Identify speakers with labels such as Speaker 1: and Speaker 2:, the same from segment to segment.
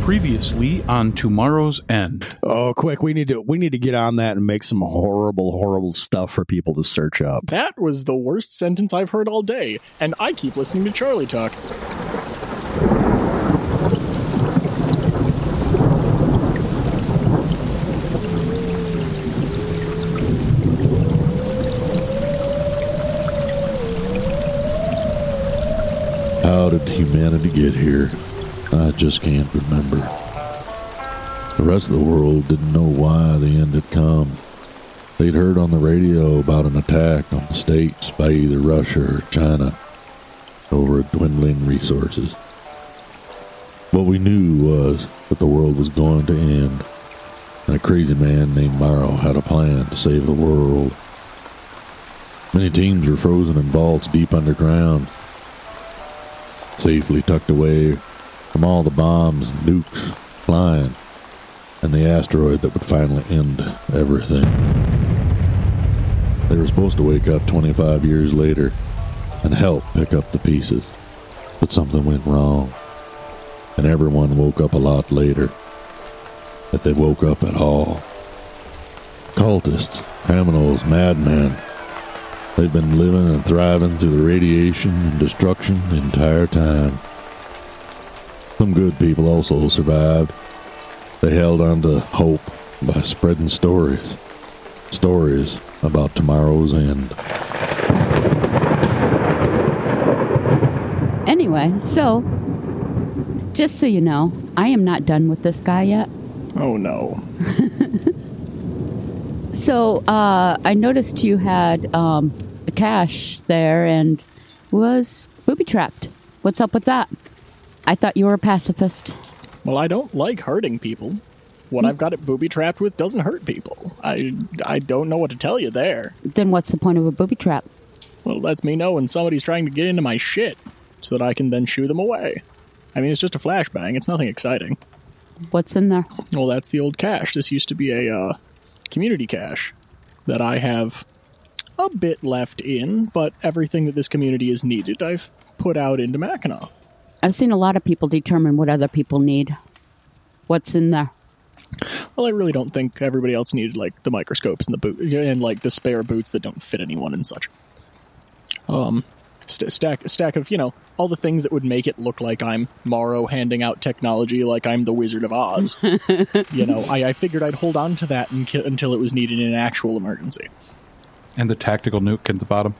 Speaker 1: Previously on Tomorrow's End.
Speaker 2: Oh, quick! We need to we need to get on that and make some horrible, horrible stuff for people to search up.
Speaker 3: That was the worst sentence I've heard all day, and I keep listening to Charlie talk.
Speaker 4: How did humanity get here? I just can't remember. The rest of the world didn't know why the end had come. They'd heard on the radio about an attack on the states by either Russia or China over dwindling resources. What we knew was that the world was going to end, and a crazy man named Morrow had a plan to save the world. Many teams were frozen in vaults deep underground, safely tucked away from all the bombs and nukes flying and the asteroid that would finally end everything. They were supposed to wake up 25 years later and help pick up the pieces, but something went wrong, and everyone woke up a lot later. That they woke up at all. Cultists, criminals, madmen, They've been living and thriving through the radiation and destruction the entire time. Some good people also survived. They held on to hope by spreading stories. Stories about tomorrow's end.
Speaker 5: Anyway, so just so you know, I am not done with this guy yet.
Speaker 3: Oh no.
Speaker 5: So uh, I noticed you had um, a cash there and was booby trapped. What's up with that? I thought you were a pacifist.
Speaker 3: Well, I don't like hurting people. What I've got it booby trapped with doesn't hurt people. I I don't know what to tell you there.
Speaker 5: Then what's the point of a booby trap?
Speaker 3: Well, it lets me know when somebody's trying to get into my shit so that I can then shoo them away. I mean, it's just a flashbang. It's nothing exciting.
Speaker 5: What's in there?
Speaker 3: Well, that's the old cache. This used to be a uh, community cache that I have a bit left in, but everything that this community is needed, I've put out into Mackinac.
Speaker 5: I've seen a lot of people determine what other people need. What's in there?
Speaker 3: Well, I really don't think everybody else needed like the microscopes and the boot and like the spare boots that don't fit anyone and such. Um, st- stack stack of you know all the things that would make it look like I'm Morrow handing out technology like I'm the Wizard of Oz. you know, I, I figured I'd hold on to that unki- until it was needed in an actual emergency.
Speaker 1: And the tactical nuke at the bottom.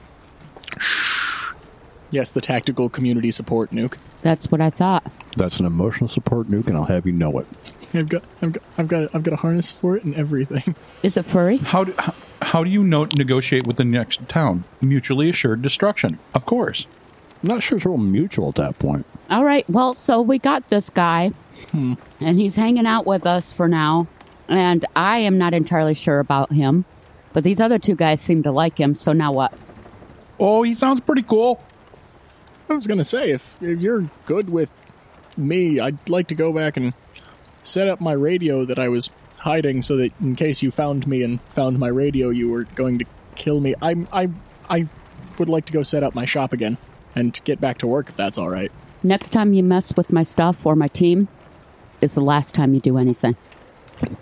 Speaker 3: Yes, the tactical community support nuke.
Speaker 5: That's what I thought.
Speaker 2: That's an emotional support nuke, and I'll have you know it.
Speaker 3: I've got I've got I've got I've got a harness for it and everything.
Speaker 5: Is it furry?
Speaker 1: How do, how, how do you no- negotiate with the next town? Mutually assured destruction. Of course.
Speaker 2: Not sure it's real mutual at that point.
Speaker 5: All right. Well, so we got this guy,
Speaker 3: Hmm.
Speaker 5: and he's hanging out with us for now. And I am not entirely sure about him, but these other two guys seem to like him. So now what?
Speaker 1: Oh, he sounds pretty cool.
Speaker 3: I was gonna say if, if you're good with me, I'd like to go back and set up my radio that I was hiding so that in case you found me and found my radio, you were going to kill me. I'm I I would like to go set up my shop again and get back to work if that's all right.
Speaker 5: Next time you mess with my stuff or my team, is the last time you do anything.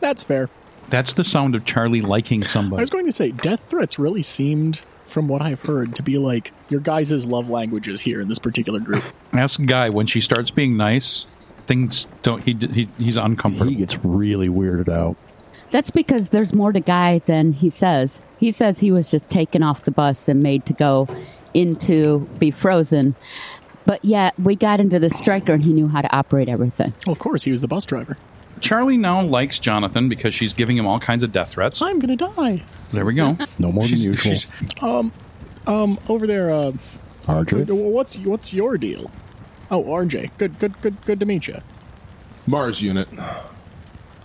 Speaker 3: That's fair.
Speaker 1: That's the sound of Charlie liking
Speaker 3: I
Speaker 1: somebody.
Speaker 3: was going to say death threats really seemed from what I've heard to be like your guys' love languages here in this particular group.
Speaker 1: Ask Guy when she starts being nice, things don't. He, he he's uncomfortable.
Speaker 2: He gets really weirded out.
Speaker 5: That's because there's more to Guy than he says. He says he was just taken off the bus and made to go into be frozen. But yet we got into the striker and he knew how to operate everything.
Speaker 3: Well, of course, he was the bus driver.
Speaker 1: Charlie now likes Jonathan because she's giving him all kinds of death threats.
Speaker 3: I'm gonna die.
Speaker 1: There we go.
Speaker 2: No more than
Speaker 1: She's-
Speaker 2: usual.
Speaker 1: she's-
Speaker 3: Um, over there, uh,
Speaker 2: RJ?
Speaker 3: what's what's your deal? Oh, RJ, good, good, good, good to meet you.
Speaker 6: Mars unit.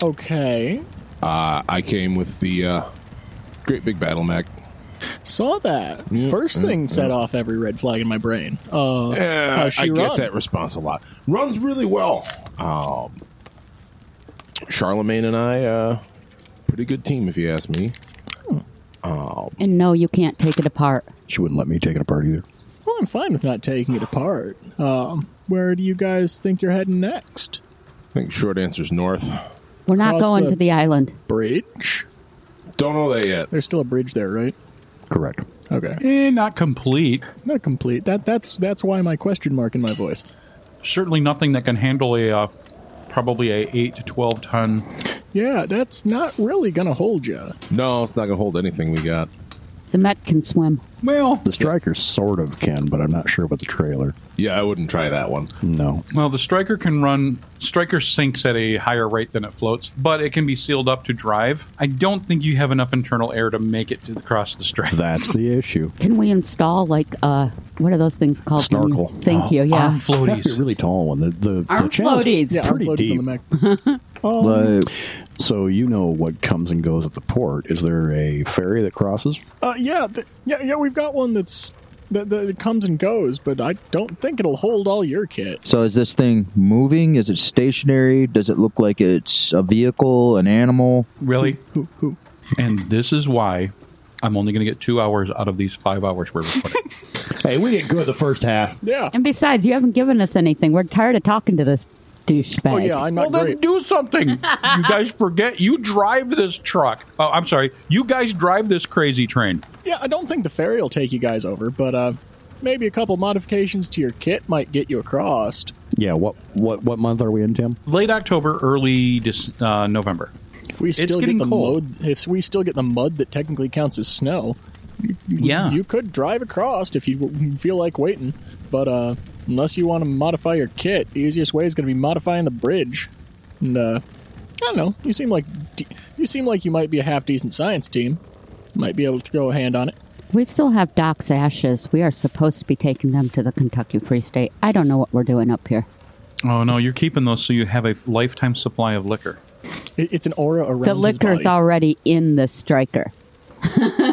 Speaker 3: Okay,
Speaker 6: Uh, I came with the uh, Great Big Battle Mac.
Speaker 3: saw that.
Speaker 6: Yeah,
Speaker 3: First
Speaker 6: yeah,
Speaker 3: thing set
Speaker 6: yeah.
Speaker 3: off every red flag in my brain. Uh,
Speaker 6: Uh,
Speaker 1: Oh,
Speaker 3: how's she
Speaker 6: I
Speaker 3: run?
Speaker 6: get that response a lot. Runs really well. Um, Charlemagne and I, uh, pretty good team, if you ask me.
Speaker 5: And no, you can't take it apart.
Speaker 2: She wouldn't let me take it apart either.
Speaker 3: Well, I'm fine with not taking it apart. Um, where do you guys think you're heading next?
Speaker 6: think short answer's north.
Speaker 5: We're not
Speaker 3: Cross
Speaker 5: going
Speaker 3: the-
Speaker 5: to the island.
Speaker 3: Bridge.
Speaker 6: Don't know that yet.
Speaker 3: There's still a bridge there, right?
Speaker 2: Correct.
Speaker 3: Okay.
Speaker 1: Eh, not complete.
Speaker 3: Not complete. That that's that's why my question mark in my voice.
Speaker 1: Certainly nothing that can handle a uh, probably a eight to twelve ton.
Speaker 3: Yeah, that's not really gonna hold you.
Speaker 6: No, it's not gonna hold anything we got.
Speaker 5: The Met can swim.
Speaker 1: Well,
Speaker 2: The striker sort of can, but I'm not sure about the trailer.
Speaker 6: Yeah, I wouldn't try that one.
Speaker 2: No.
Speaker 1: well, the striker can run. Striker sinks at a higher rate than it floats, but it can be sealed up to drive. I don't think you have enough internal air to make it to the cross the striker.
Speaker 2: That's the issue.
Speaker 5: Can we install like uh what are those things called? Can we-
Speaker 2: Snorkel.
Speaker 5: Thank you. Yeah.
Speaker 1: Arm
Speaker 2: That'd be a
Speaker 1: floaties.
Speaker 2: really tall one. The, the, the
Speaker 5: Arm
Speaker 2: channel's
Speaker 5: floaties. Yeah,
Speaker 3: Yeah,
Speaker 2: pretty
Speaker 3: upload is
Speaker 2: deep.
Speaker 3: on the Mac.
Speaker 2: Like, so you know what comes and goes at the port. Is there a ferry that crosses?
Speaker 3: Uh, yeah, th- yeah, yeah. We've got one that's that, that it comes and goes, but I don't think it'll hold all your kit.
Speaker 7: So is this thing moving? Is it stationary? Does it look like it's a vehicle, an animal?
Speaker 1: Really? And this is why I'm only going to get two hours out of these five hours we're recording.
Speaker 2: Hey, we didn't go the first half.
Speaker 3: Yeah.
Speaker 5: And besides, you haven't given us anything. We're tired of talking to this douchebag.
Speaker 3: Oh yeah, I'm
Speaker 1: well,
Speaker 3: not
Speaker 1: then
Speaker 3: great.
Speaker 1: do something. you guys forget you drive this truck. Oh, I'm sorry. You guys drive this crazy train.
Speaker 3: Yeah, I don't think the ferry will take you guys over, but uh, maybe a couple modifications to your kit might get you across.
Speaker 2: Yeah. What what what month are we in, Tim?
Speaker 1: Late October, early Dec- uh, November.
Speaker 3: If we still
Speaker 1: getting
Speaker 3: get the
Speaker 1: cold.
Speaker 3: mud, if we still get the mud that technically counts as snow,
Speaker 1: Yeah.
Speaker 3: you could drive across if you w- feel like waiting. But uh, unless you want to modify your kit, the easiest way is going to be modifying the bridge. And uh, I don't know. You seem like de- you seem like you might be a half decent science team. Might be able to throw a hand on it.
Speaker 5: We still have Doc's ashes. We are supposed to be taking them to the Kentucky Free State. I don't know what we're doing up here.
Speaker 1: oh no, you're keeping those so you have a lifetime supply of liquor.
Speaker 3: It- It's an aura around
Speaker 5: The
Speaker 3: his
Speaker 5: liquor's
Speaker 3: body.
Speaker 5: already in the striker.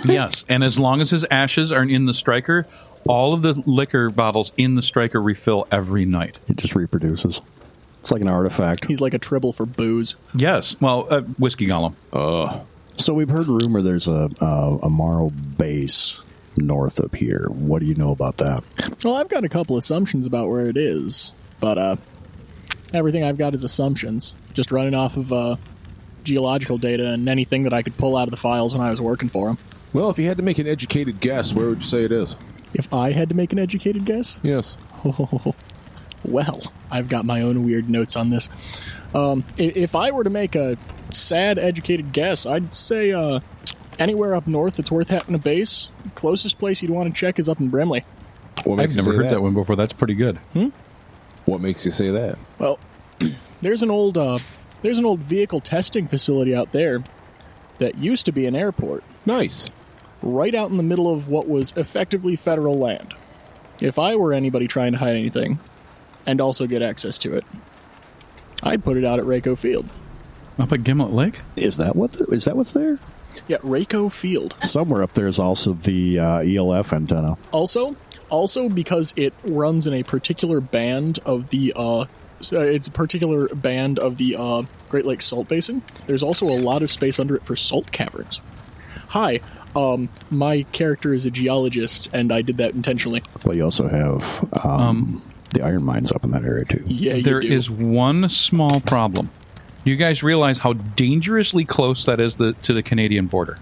Speaker 1: yes, and as long as his ashes aren't in the striker, all of the liquor bottles in the striker refill every night.
Speaker 2: It just reproduces. It's like an artifact.
Speaker 3: He's like a tribble for booze.
Speaker 1: Yes. Well, uh, whiskey golem.
Speaker 2: So we've heard rumor there's a a, a Morrow base north up here. What do you know about that?
Speaker 3: Well, I've got a couple assumptions about where it is, but uh, everything I've got is assumptions. Just running off of uh, geological data and anything that I could pull out of the files when I was working for them.
Speaker 6: Well, if you had to make an educated guess, where would you say it is?
Speaker 3: If I had to make an educated guess,
Speaker 6: Yes.
Speaker 3: well, I've got my own weird notes on this. Um, i- if I were to make a sad, educated guess, I'd say uh, anywhere up north that's worth having a base. Closest place you'd want to check is up in Brimley.
Speaker 6: What
Speaker 1: I've
Speaker 6: makes
Speaker 1: never
Speaker 6: you say
Speaker 1: heard that one before. That's pretty good.
Speaker 6: What makes you say that?
Speaker 3: Well, there's an old uh, there's an old vehicle testing facility out there that used to be an airport,
Speaker 6: Nice.
Speaker 3: right out in the middle of what was effectively federal land. If I were anybody trying to hide anything, and also get access to it, I'd put it out at Rayco Field.
Speaker 1: Up at Gimlet Lake?
Speaker 2: Is that what the, is that what's there?
Speaker 3: Yeah, Rayco Field.
Speaker 2: Somewhere up there is also the uh, ELF antenna.
Speaker 3: Also, also because it runs in a particular band of the uh, so it's a particular band of the uh, Great Lakes Salt Basin. There's also a lot of space under it for salt caverns. Hi, um, my character is a geologist, and I did that intentionally.
Speaker 2: Well, you also have um, the iron mines up in that area too.
Speaker 3: Yeah,
Speaker 1: There
Speaker 3: you do.
Speaker 1: is one small problem. You guys realize how dangerously close that is the, to the Canadian border.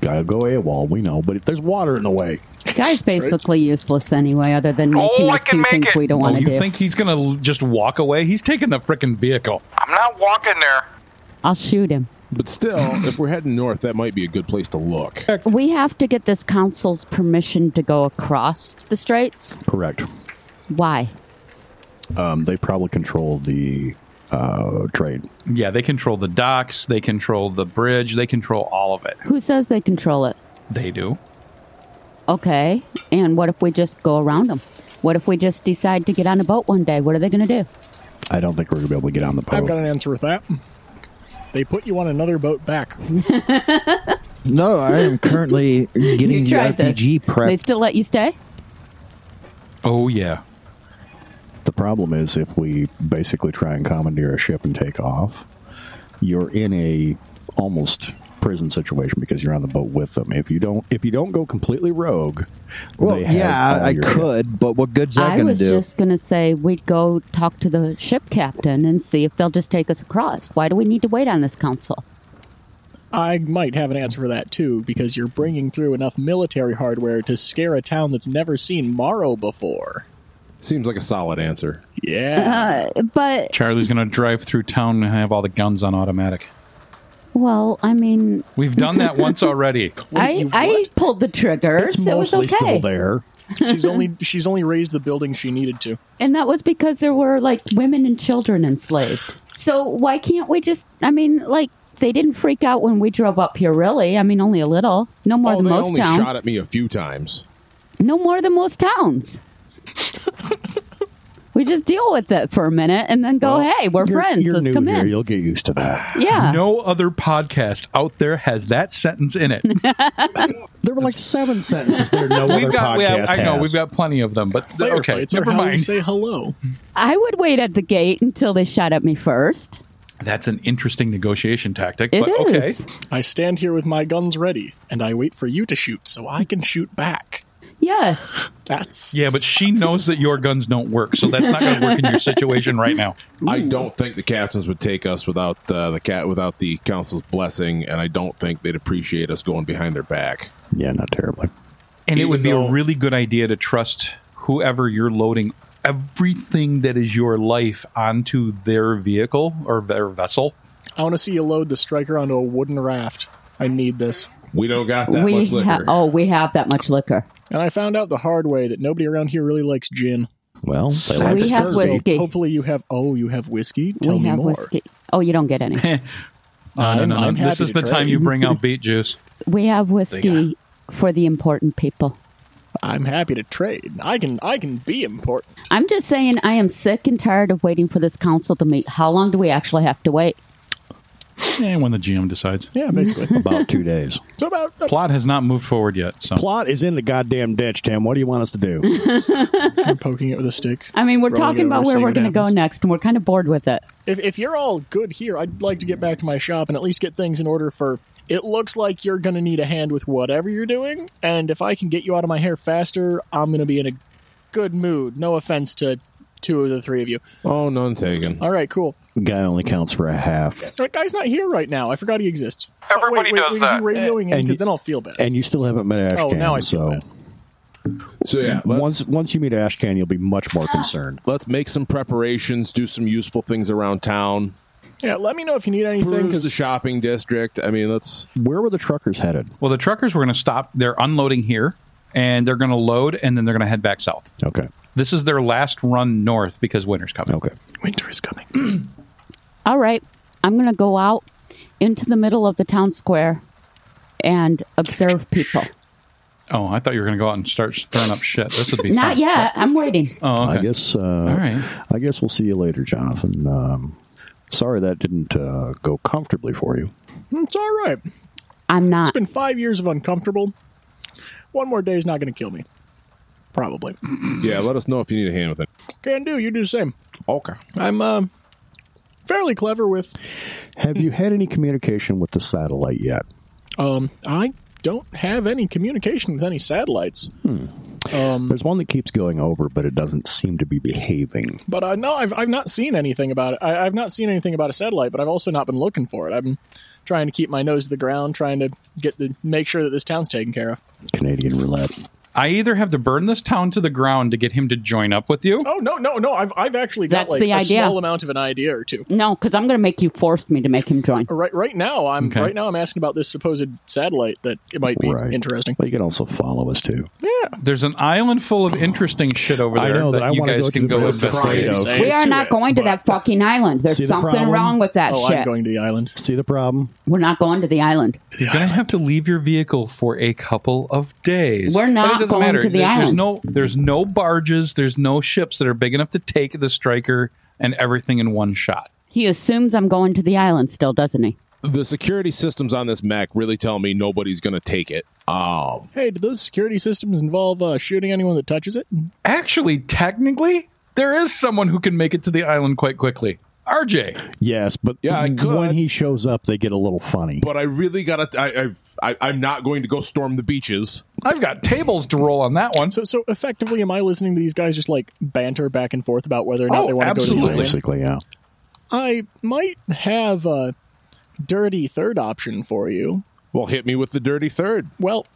Speaker 2: Gotta go AWOL, we know, but if there's water in the way,
Speaker 5: Guy's basically useless anyway, other than making us do things we don't
Speaker 1: Oh,
Speaker 5: want to
Speaker 1: you
Speaker 5: do.
Speaker 1: think he's going to just walk away? He's taking the frickin' vehicle.
Speaker 8: I'm not walking there.
Speaker 5: I'll shoot him.
Speaker 6: But still, if we're heading north, that might be a good place to look.
Speaker 5: We have to get this council's permission to go across the straits.
Speaker 2: correct.
Speaker 5: Why?
Speaker 2: Um, they probably control the uh, trade.
Speaker 1: Yeah, they control the docks, they control the bridge, they control all of it.
Speaker 5: Who says they control it?
Speaker 1: They do.
Speaker 5: Okay. And what if we just go around them? What if we just decide to get on a boat one day? What are they going to do?
Speaker 2: I don't think we're gonna be able to get on the
Speaker 3: I've
Speaker 2: boat.
Speaker 3: got an answer with that. They put you on another boat back.
Speaker 7: No, I am currently getting the RPG prep.
Speaker 5: They still let you stay?
Speaker 1: Oh, yeah.
Speaker 2: the problem is if we basically try and commandeer a ship and take off, you're in a almost prison situation because you're on the boat with them. If you don't, if you don't go completely rogue,
Speaker 7: Well,
Speaker 2: they have
Speaker 7: yeah,
Speaker 2: all
Speaker 7: I
Speaker 2: your-
Speaker 7: could, but what good's that
Speaker 5: I
Speaker 7: going to
Speaker 5: was
Speaker 7: do?
Speaker 5: just going to say we'd go talk to the ship captain and see if they'll just take us across. Why do we need to wait on this council?
Speaker 3: I might have an answer for that too, because you're bringing through enough military hardware to scare a town that's never seen Morrow before.
Speaker 6: Seems like a solid answer.
Speaker 3: Yeah,
Speaker 5: Uh-huh, But,
Speaker 1: Charlie's going to drive through town and have all the guns on automatic.
Speaker 5: well, I mean,
Speaker 1: We've done that once already.
Speaker 5: I, I pulled the trigger,
Speaker 2: It's
Speaker 5: so it was
Speaker 2: mostly still
Speaker 5: okay.
Speaker 2: there.
Speaker 3: she's only she's only raised the building she needed to.
Speaker 5: And that was because there were like women and children enslaved. So why can't we just, I mean, like, they didn't freak out when we drove up here, really. I mean, only a little. No more
Speaker 6: Oh,
Speaker 5: than
Speaker 6: they
Speaker 5: most
Speaker 6: only
Speaker 5: towns.
Speaker 6: shot at me a few times.
Speaker 5: no more than most towns. we just deal with it for a minute and then go, hey, we're
Speaker 2: You're-
Speaker 5: friends.
Speaker 2: You're
Speaker 5: Let's
Speaker 2: new
Speaker 5: come
Speaker 2: here.
Speaker 5: in.
Speaker 2: You'll get used to that.
Speaker 5: yeah.
Speaker 1: No other podcast out there has that sentence in it.
Speaker 2: There were like seven sentences there. No other
Speaker 1: we've got,
Speaker 2: podcast
Speaker 1: we have, I know
Speaker 2: has.
Speaker 1: we've got plenty of them, but
Speaker 3: Fire
Speaker 1: okay,
Speaker 3: fights are
Speaker 1: never
Speaker 3: how we
Speaker 1: mind.
Speaker 3: Say hello.
Speaker 5: I would wait at the gate until they shot at me first.
Speaker 1: That's an interesting negotiation tactic,
Speaker 5: It
Speaker 1: but okay.
Speaker 5: is.
Speaker 3: I stand here with my guns ready, and I wait for you to shoot so I can shoot back.
Speaker 5: Yes.
Speaker 3: That's
Speaker 1: Yeah, but she knows that your guns don't work, so that's not going to work in your situation right now.
Speaker 6: I don't think the captains would take us without uh, the cat without the council's blessing, and I don't think they'd appreciate us going behind their back.
Speaker 2: yeah, not terribly.
Speaker 1: And it
Speaker 6: Even
Speaker 1: would be
Speaker 6: though-
Speaker 1: a really good idea to trust whoever you're loading everything that is your life onto their vehicle or their vessel.
Speaker 3: I want to see you load the striker onto a wooden raft. I need this.
Speaker 6: We don't got that
Speaker 5: we
Speaker 6: much liquor.
Speaker 5: ha- oh, we have that much liquor.
Speaker 3: And I found out the hard way that nobody around here really likes gin.
Speaker 2: Well, they
Speaker 5: We
Speaker 2: like
Speaker 5: have
Speaker 3: Scourge.
Speaker 5: whiskey.
Speaker 3: Hopefully, you have. Oh, you have whiskey. Tell
Speaker 5: we
Speaker 3: me
Speaker 5: have
Speaker 3: more.
Speaker 5: whiskey. Oh, you don't get any.
Speaker 1: No, no,
Speaker 3: I'm-
Speaker 1: no, no.
Speaker 3: I'm
Speaker 1: This
Speaker 3: happy
Speaker 1: is
Speaker 3: to
Speaker 1: the time
Speaker 3: trade.
Speaker 1: you bring out beet juice.
Speaker 5: We have whiskey for the important people.
Speaker 3: I'm happy to trade. I can. I can be important.
Speaker 5: I'm just saying, I am sick and tired of waiting for this council to meet. How long do we actually have to wait?
Speaker 1: And when the GM decides.
Speaker 3: Yeah, basically.
Speaker 2: about two days.
Speaker 3: so about uh,
Speaker 1: Plot has not moved forward yet, so
Speaker 2: Plot is in the goddamn ditch, Tim. What do you want us to do?
Speaker 3: I'm poking it with a stick.
Speaker 5: I mean, we're
Speaker 3: Rolling it
Speaker 5: talking about where
Speaker 3: over, seeing
Speaker 5: we're
Speaker 3: what
Speaker 5: going to go
Speaker 3: happens.
Speaker 5: next, and we're kind of bored with it.
Speaker 3: If, if you're all good here, I'd like to get back to my shop and at least get things in order for. It looks like you're going to need a hand with whatever you're doing, and if I can get you out of my hair faster, I'm going to be in a good mood. No offense to two of the three of you.
Speaker 6: Oh, none taken.
Speaker 3: All right, cool.
Speaker 2: Guy only counts for a half,
Speaker 3: That guy's not here right now. I forgot he exists. Oh,
Speaker 8: Everybody
Speaker 3: wait, wait,
Speaker 8: does
Speaker 3: wait,
Speaker 8: that.
Speaker 3: Is he radioing in?
Speaker 2: And
Speaker 3: Because
Speaker 2: you-
Speaker 3: then I'll feel bad.
Speaker 2: and you still haven't met Ashcan.
Speaker 3: Oh, now I feel
Speaker 2: so
Speaker 3: bad.
Speaker 6: So
Speaker 5: Mm,
Speaker 6: yeah, let's,
Speaker 2: once once you meet Ashcan, you'll be much more concerned.
Speaker 6: let's make some preparations, do some useful things around town,
Speaker 3: Yeah, let me know if you need anything.
Speaker 6: because the
Speaker 3: Because
Speaker 6: shopping district. I mean, let's
Speaker 2: Where were the truckers headed?
Speaker 1: Well, the truckers were going to stop. They're unloading here, and they're going to load, and then they're going to head back south.
Speaker 2: Okay,
Speaker 1: This is their last run north because winter's coming.
Speaker 2: okay.
Speaker 3: winter is coming.
Speaker 5: All right, I'm going to go out into the middle of the town square and observe people.
Speaker 1: Oh, I thought you were going to go out and start stirring up shit. This would be
Speaker 5: Not
Speaker 1: fun.
Speaker 5: yet. I'm waiting.
Speaker 1: Oh, okay.
Speaker 2: I guess. Uh, All
Speaker 1: right.
Speaker 2: I guess we'll see you later, Jonathan. Um, sorry that didn't uh, go comfortably for you.
Speaker 3: It's all right.
Speaker 5: I'm not.
Speaker 3: It's been five years of uncomfortable. One more day is not going to kill me. Probably.
Speaker 6: yeah, let us know if you need a hand with it.
Speaker 3: Can do. You do the same.
Speaker 6: Okay.
Speaker 3: I'm uh, fairly clever with.
Speaker 2: Have you had any communication with the satellite yet?
Speaker 3: Um, I don't have any communication with any satellites.
Speaker 2: There's one that keeps going over, but it doesn't seem to be behaving.
Speaker 3: But uh, no, I've I've not seen anything about it. I, I've not seen anything about a satellite, but I've also not been looking for it. I've been trying to keep my nose to the ground, trying to get the make sure that this town's taken care of.
Speaker 2: Canadian roulette.
Speaker 1: I either have to burn this town to the ground to get him to join up with you.
Speaker 3: Oh no, no, no! I've I've actually got
Speaker 5: That's
Speaker 3: like
Speaker 5: the
Speaker 3: a
Speaker 5: idea.
Speaker 3: small amount of an idea or two.
Speaker 5: No, because I'm going to make you force me to make him join.
Speaker 3: Right, right now I'm
Speaker 1: Okay.
Speaker 3: right now I'm asking about this supposed satellite that it might be
Speaker 2: Right.
Speaker 3: interesting.
Speaker 2: But you can also follow us too.
Speaker 1: There's an island full of interesting shit over there
Speaker 2: I know that I
Speaker 1: you
Speaker 2: wanna
Speaker 1: guys
Speaker 2: go to
Speaker 1: can
Speaker 2: the
Speaker 1: go
Speaker 2: Middle East.
Speaker 1: investigate.
Speaker 2: Right.
Speaker 5: We are
Speaker 3: to
Speaker 5: not
Speaker 3: it,
Speaker 5: going to
Speaker 3: but-
Speaker 5: that fucking island. There's
Speaker 2: See the
Speaker 5: something
Speaker 2: problem?
Speaker 5: wrong with that
Speaker 3: Oh,
Speaker 5: Ah, shit.
Speaker 3: I'm going to the island.
Speaker 2: See the problem?
Speaker 5: We're not going to the island.
Speaker 1: You're gonna have to leave your vehicle for a couple of days.
Speaker 5: We're
Speaker 1: But
Speaker 5: not going to the
Speaker 1: There- there's
Speaker 5: island.
Speaker 1: No, there's no barges. There's no ships that are big enough to take the striker and everything in one shot.
Speaker 5: He assumes I'm going to the island still, doesn't he?
Speaker 6: The security systems on this Mac really tell me nobody's going to take it. Um,
Speaker 3: Hey, do those security systems involve uh, shooting anyone that touches it?
Speaker 1: Actually, technically, there is someone who can make it to the island quite quickly. RJ.
Speaker 2: Yes, but
Speaker 6: Yeah, I could.
Speaker 2: when he shows up, they get a little funny.
Speaker 6: But I really gotta. I, I, I I'm not going to go storm the beaches.
Speaker 1: I've got tables to roll on that one.
Speaker 3: So, so effectively, am I listening to these guys just like banter back and forth about whether or not
Speaker 1: Oh,
Speaker 3: they want to go to the
Speaker 1: absolutely.
Speaker 3: island?
Speaker 2: Basically, yeah.
Speaker 3: I might have a dirty third option for you.
Speaker 6: Well, hit me with the dirty third.
Speaker 3: Well,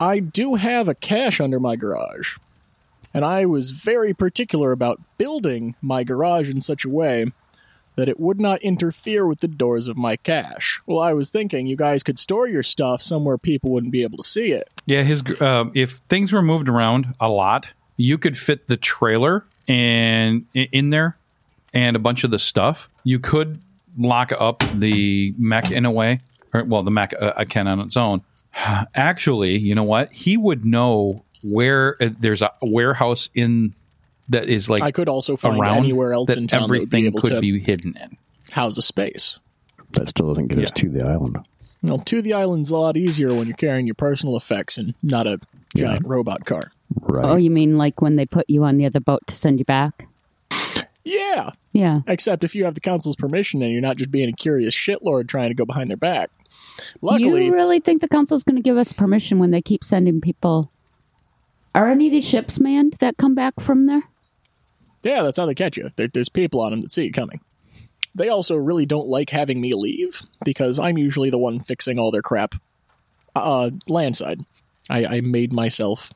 Speaker 3: I do have a cache under my garage. And I was very particular about building my garage in such a way that it would not interfere with the doors of my cache. Well, I was thinking you guys could store your stuff somewhere people wouldn't be able to see it.
Speaker 1: Yeah, his gr- um, if things were moved around a lot, you could fit the trailer and i- in there and a bunch of the stuff. You could lock up the mech in a way, or well, the mech uh, uh, can on its own. Actually, you know what? He would know where uh, there's a warehouse in that is like
Speaker 3: I could also find
Speaker 1: around
Speaker 3: anywhere else
Speaker 1: that
Speaker 3: in town that would
Speaker 1: everything
Speaker 3: be able
Speaker 1: could
Speaker 3: to
Speaker 1: be hidden in.
Speaker 3: house a space.
Speaker 2: That still doesn't get us to the island.
Speaker 3: Well, to the island's a lot easier when you're carrying your personal effects and not a giant robot car.
Speaker 2: Right.
Speaker 5: Oh, you mean like when they put you on the other boat to send you back?
Speaker 3: Yeah,
Speaker 5: Yeah.
Speaker 3: except if you have the council's permission and you're not just being a curious shitlord trying to go behind their back. Luckily,
Speaker 5: you really think the council's going to give us permission when they keep sending people? Are any of these ships manned that come back from there?
Speaker 3: yeah, that's how they catch you. There, there's people on them that see you coming. They also really don't like having me leave because I'm usually the one fixing all their crap. Uh, landside, I, I made myself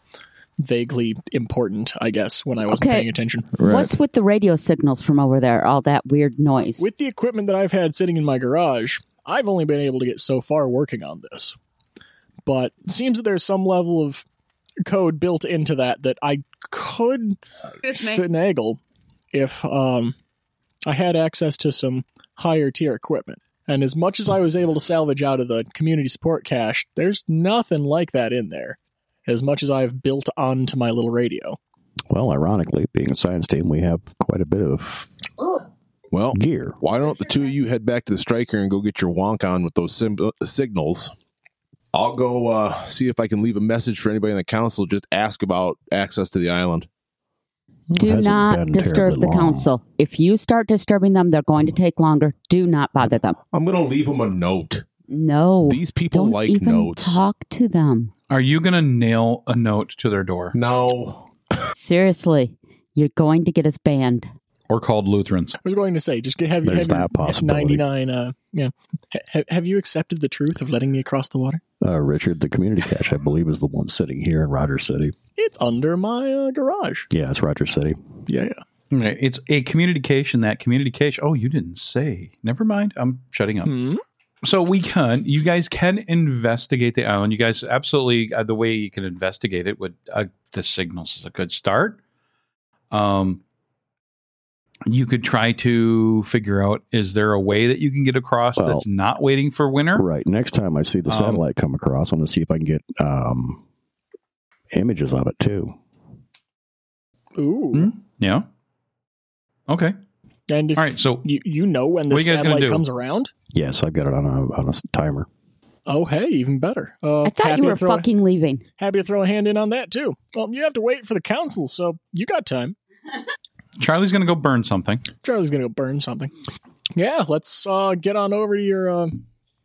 Speaker 3: vaguely important, I guess, when I wasn't
Speaker 5: Okay.
Speaker 3: paying attention.
Speaker 5: What's with the radio signals from over there? All that weird noise.
Speaker 3: With the equipment that I've had sitting in my garage, I've only been able to get so far working on this. But it seems that there's some level of code built into that that I could finagle if um, I had access to some higher tier equipment. And as much as I was able to salvage out of the community support cache, there's nothing like that in there. As much as I've built onto my little radio.
Speaker 2: Well, ironically, being a science team, we have quite a bit of
Speaker 6: Well,
Speaker 2: gear.
Speaker 6: why don't the two of you head back to the striker and go get your wonk on with those sim- uh, signals? I'll go uh, see if I can leave a message for anybody in the council. Just ask about access to the island.
Speaker 5: Do
Speaker 2: hasn't
Speaker 5: not
Speaker 2: been
Speaker 5: disturb
Speaker 2: terribly
Speaker 5: the
Speaker 2: long.
Speaker 5: council. If you start disturbing them, they're going to take longer. Do not bother them.
Speaker 6: I'm gonna leave them a note.
Speaker 5: No.
Speaker 6: These people
Speaker 5: Don't
Speaker 6: like
Speaker 5: even
Speaker 6: notes.
Speaker 5: Talk to them.
Speaker 1: Are you going to nail a note to their door
Speaker 6: No,
Speaker 5: Seriously, you're going to get us banned.
Speaker 1: or called Lutherans?
Speaker 3: I was going to say, just get, have you
Speaker 2: There's
Speaker 3: have your
Speaker 2: that possibility.
Speaker 3: 99, uh, yeah. Ha- have you accepted the truth of letting me across the water?
Speaker 2: Uh, Richard, the community cache, I believe, is the one sitting here in Rogers City.
Speaker 3: It's under my uh, garage.
Speaker 2: Yeah, it's Rogers City.
Speaker 3: Yeah, yeah.
Speaker 1: Okay, It's a communication that communication. Oh, you didn't say. Never mind. I'm shutting up.
Speaker 3: Hmm?
Speaker 1: So we can. You guys can investigate the island. You guys absolutely. Uh, the way you can investigate it would uh, the signals is a good start. Um, you could try to figure out is there a way that you can get across
Speaker 2: Well-
Speaker 1: that's not waiting for winter.
Speaker 2: Right. Next time I see the
Speaker 1: Um,
Speaker 2: satellite come across, I'm going to see if I can get um, images of it too.
Speaker 3: Ooh.
Speaker 1: Hmm? Yeah. Okay.
Speaker 3: And if
Speaker 1: All right. So
Speaker 3: you, you know when the
Speaker 1: What are you guys gonna
Speaker 3: satellite
Speaker 1: do?
Speaker 3: comes around,
Speaker 2: Yes, I've got it on a, on a timer.
Speaker 3: oh, hey, even better. Uh,
Speaker 5: I thought
Speaker 3: happy
Speaker 5: you
Speaker 3: to
Speaker 5: were
Speaker 3: throw a-
Speaker 5: fucking leaving.
Speaker 3: happy to throw a hand in on that, too. Well, you have to wait for the council, so you got time.
Speaker 1: Charlie's going to go burn something.
Speaker 3: Charlie's going to go burn something. Yeah, let's uh, get on over to your uh,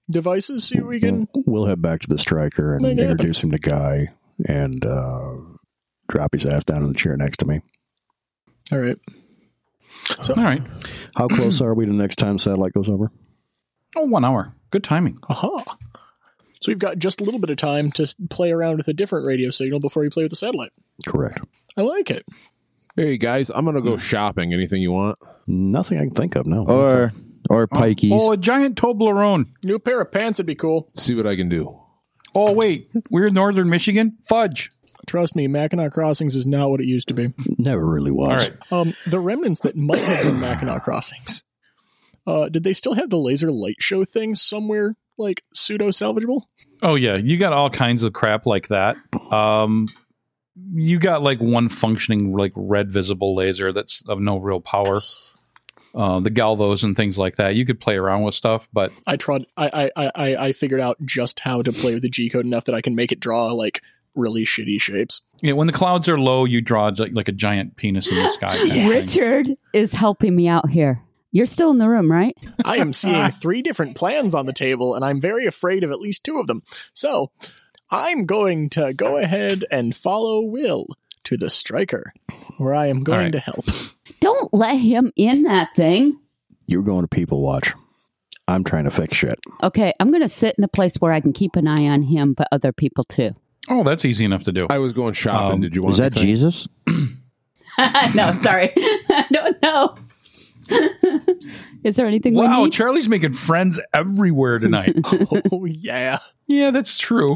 Speaker 3: devices, see what we can.
Speaker 2: We'll head back to the striker and
Speaker 3: Make it happen.
Speaker 2: introduce him to Guy and uh, drop his ass down in the chair next to me.
Speaker 3: All right.
Speaker 1: All right.
Speaker 2: How close are we to next time satellite goes over?
Speaker 1: Oh, one hour. Good timing.
Speaker 3: Aha. Uh-huh. So we've got just a little bit of time to play around with a different radio signal before you play with the satellite.
Speaker 2: Correct.
Speaker 3: I like it.
Speaker 6: hey guys, I'm gonna go shopping. Anything you want?
Speaker 2: Nothing I can think of. No.
Speaker 7: Or or pikeys.
Speaker 1: Oh, a giant Toblerone.
Speaker 3: New pair of pants would be cool.
Speaker 6: See what I can do.
Speaker 1: Oh, wait. We're in northern Michigan? Fudge.
Speaker 3: Trust me, Mackinac Crossings is not what it used to be.
Speaker 2: never really was.
Speaker 1: All right.
Speaker 3: Um, the remnants that might have been Mackinac Crossings. Uh, did they still have the laser light show thing somewhere like pseudo salvageable?
Speaker 1: Oh, yeah. You got all kinds of crap like that. Um, you got like one functioning, like red visible laser that's of no real power. Uh, the galvos and things like that. You could play around with stuff, but
Speaker 3: I tried. I I, I- I I figured out just how to play with the G code enough that I can make it draw like really shitty shapes.
Speaker 1: you know, when the clouds are low, you draw like, like a giant penis in the sky. kind of thing.
Speaker 5: Richard is helping me out here. You're still in the room, right?
Speaker 3: I am seeing three different plans on the table, and I'm very afraid of at least two of them. So I'm going to go ahead and follow Will to the striker, where I am going
Speaker 1: right.
Speaker 3: to help.
Speaker 5: Don't let him in that thing.
Speaker 2: You're going to people watch. I'm trying to fix shit.
Speaker 5: Okay, I'm going to sit in a place where I can keep an eye on him, but other people too.
Speaker 1: Oh, that's easy enough to do.
Speaker 6: I was going shopping.
Speaker 1: Um,
Speaker 6: Did you want
Speaker 7: Was that
Speaker 6: anything?
Speaker 7: Jesus?
Speaker 5: no, sorry. I don't know. Is there anything we
Speaker 1: Wow,
Speaker 5: need?
Speaker 1: Charlie's making friends everywhere tonight.
Speaker 3: oh yeah,
Speaker 1: yeah, that's true.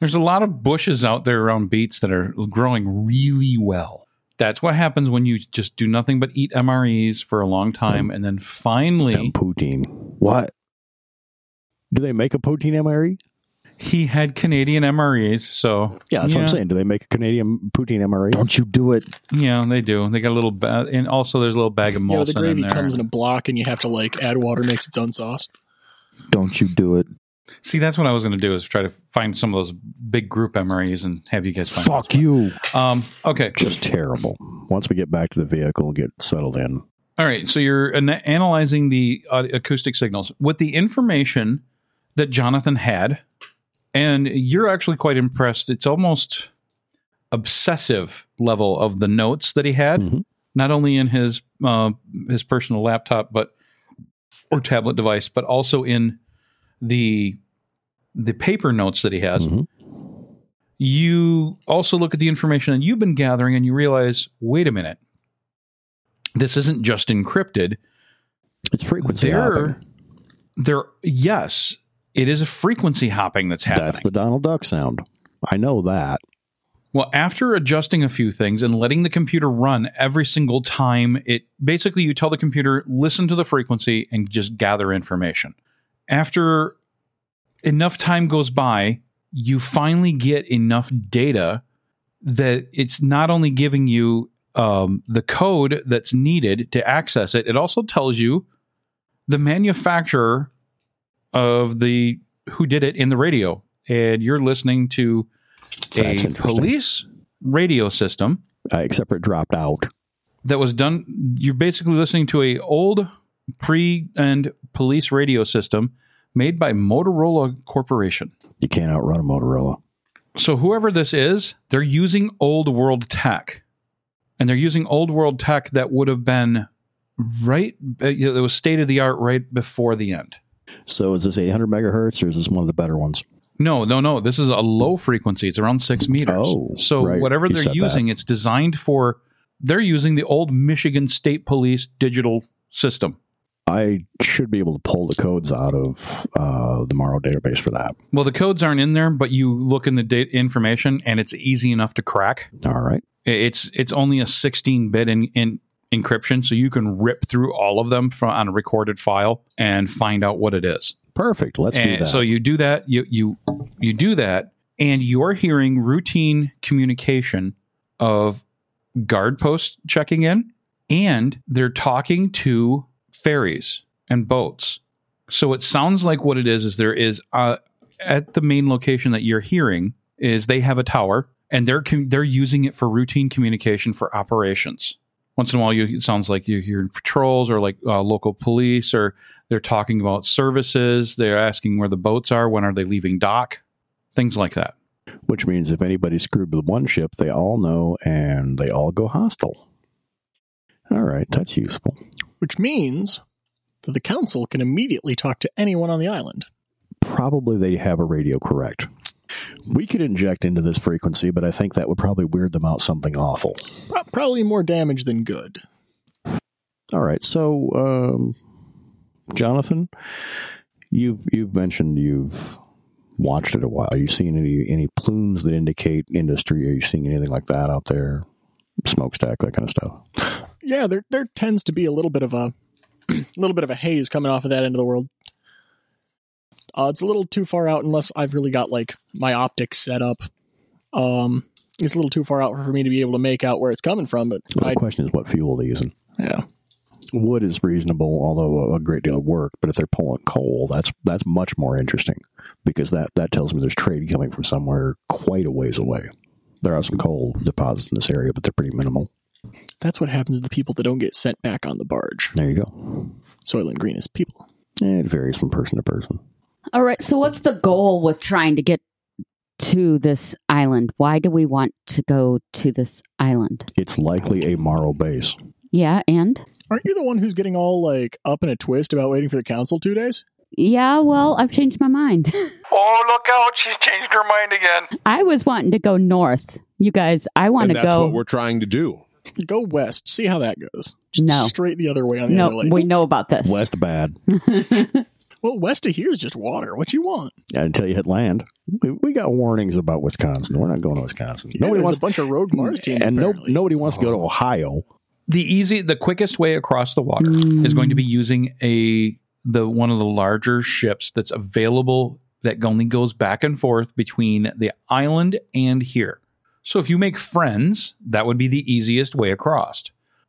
Speaker 1: There's a lot of bushes out there around beets that are growing really well. That's what happens when you just do nothing but eat MREs for a long time and then finally
Speaker 2: And poutine. What? Do they make a poutine E? MRE?
Speaker 1: he had Canadian MREs, so
Speaker 2: Yeah, that's what I'm saying. Do they make a Canadian poutine E? MRE?
Speaker 7: Don't you do it.
Speaker 1: Yeah, they do. They got a little bag, and also there's a little bag of
Speaker 3: you know,
Speaker 1: Molson
Speaker 3: the gravy
Speaker 1: in there.
Speaker 3: comes in a block, and you have to like add water, makes its own sauce.
Speaker 7: Don't you do it.
Speaker 1: See, that's what I was going to do is try to find some of those big group MREs and have you guys find.
Speaker 7: Fuck you.
Speaker 1: Um, okay,
Speaker 2: Just terrible. Once we get back to the vehicle and get settled in,
Speaker 1: all right. So you're an- analyzing the uh, acoustic signals with the information that Jonathan had, and you're actually quite impressed. It's almost obsessive level of the notes that he had,
Speaker 2: Mhm.
Speaker 1: not only in his uh, his personal laptop, but or tablet device, but also in the the paper notes that he has.
Speaker 2: Mhm.
Speaker 1: You also look at the information that you've been gathering, and you realize, wait a minute, this isn't just encrypted.
Speaker 2: it's frequency
Speaker 1: They're-
Speaker 2: hopping.
Speaker 1: There, yes, it is a frequency hopping that's happening.
Speaker 2: That's the Donald Duck sound. I know that.
Speaker 1: Well, after adjusting a few things and letting the computer run every single time, it basically you tell the computer, listen to the frequency and just gather information. After enough time goes by, you finally get enough data that it's not only giving you um, the code that's needed to access it, it also tells you the manufacturer of the who did it in the radio. And you're listening to
Speaker 2: That's
Speaker 1: a
Speaker 2: interesting.
Speaker 1: police radio system
Speaker 2: Uh, except for it dropped out.
Speaker 1: that was done you're basically listening to a old pre and police radio system made by Motorola Corporation.
Speaker 2: You can't outrun a Motorola.
Speaker 1: So whoever this is, they're using old world tech. And they're using old world tech that would have been right uh, it was state of the art right before the end.
Speaker 2: So is this 800 megahertz or is this one of the better ones?
Speaker 1: No, no, no. This is a low frequency. It's around six meters.
Speaker 2: Oh,
Speaker 1: so
Speaker 2: right.
Speaker 1: whatever
Speaker 2: You
Speaker 1: they're
Speaker 2: said
Speaker 1: using, it's designed for. They're using the old Michigan State Police digital system.
Speaker 2: I should be able to pull the codes out of uh, the Morrow database for that.
Speaker 1: Well, the codes aren't in there, but you look in the date information, and it's easy enough to crack.
Speaker 2: All right.
Speaker 1: I- It's it's only a 16 bit in, in encryption, so you can rip through all of them from on a recorded file and find out what it is.
Speaker 2: Perfect. Let's do
Speaker 1: And
Speaker 2: that.
Speaker 1: So you do that, you you you do that, and you're hearing routine communication of guard posts checking in, and they're talking to ferries and boats. So it sounds like what it is is there is uh, at the main location that you're hearing is they have a tower and they're com- they're using it for routine communication for operations. Once in a while, you, it sounds like you're hearing patrols or like uh, local police or they're talking about services. They're asking where the boats are. When are they leaving dock? Things like that.
Speaker 2: Which means if anybody screwed with one ship, they all know and they all go hostile. All right. That's useful.
Speaker 3: Which means that the council can immediately talk to anyone on the island.
Speaker 2: Probably they have a radio correct. We could inject into this frequency, but I think that would probably weird them out something awful.
Speaker 3: Pro- Probably more damage than good.
Speaker 2: All right. So, um, Jonathan, you've you've mentioned you've watched it a while. Are you seeing any any plumes that indicate industry? Are you seeing anything like that out there? Smokestack, that kind of stuff.
Speaker 3: yeah, there there tends to be a little bit of a, little bit of a haze coming off of that end of the world. Uh, it's a little too far out unless I've really got like my optics set up. Um, it's a little too far out for me to be able to make out where it's coming from. But
Speaker 2: Well,
Speaker 3: I,
Speaker 2: the question is what fuel they're using.
Speaker 3: yeah,
Speaker 2: Wood is reasonable, although a great deal of work. But if they're pulling coal, that's that's much more interesting because that that tells me there's trade coming from somewhere quite a ways away. There are some coal deposits in this area, but they're pretty minimal.
Speaker 3: That's what happens to the people that don't get sent back on the barge.
Speaker 2: There you go.
Speaker 3: Soylent Green is people.
Speaker 2: Eh, It varies from person to person.
Speaker 5: All right. So, what's the goal with trying to get to this island? Why do we want to go to this island?
Speaker 2: It's likely a Morrow base.
Speaker 5: Yeah. And
Speaker 3: Aren't you the one who's getting all like up in a twist about waiting for the council two days?
Speaker 5: yeah, well, I've changed my mind.
Speaker 1: Oh, look out. She's changed her mind again.
Speaker 5: I was wanting to go north. You guys, I want
Speaker 6: and
Speaker 5: to
Speaker 6: that's what
Speaker 5: go.
Speaker 6: we're trying to do.
Speaker 3: Go west, see how that goes. Just
Speaker 5: No.
Speaker 3: straight the other way on the other
Speaker 5: No,
Speaker 3: lake.
Speaker 5: we know about this.
Speaker 2: West bad.
Speaker 3: Well, west of here is just water. What you want?
Speaker 2: Until you hit land. We, we got warnings about Wisconsin. We're not going to Wisconsin.
Speaker 3: Yeah,
Speaker 2: Nobody
Speaker 3: there's
Speaker 2: wants
Speaker 3: a bunch of rogue Mars teams,
Speaker 2: and no,
Speaker 3: apparently.
Speaker 2: nobody wants to go to Ohio.
Speaker 1: The easy, the quickest way across the water is going to be using a the one of the larger ships that's available that only goes back and forth between the island and here. So if you make friends, that would be the easiest way across.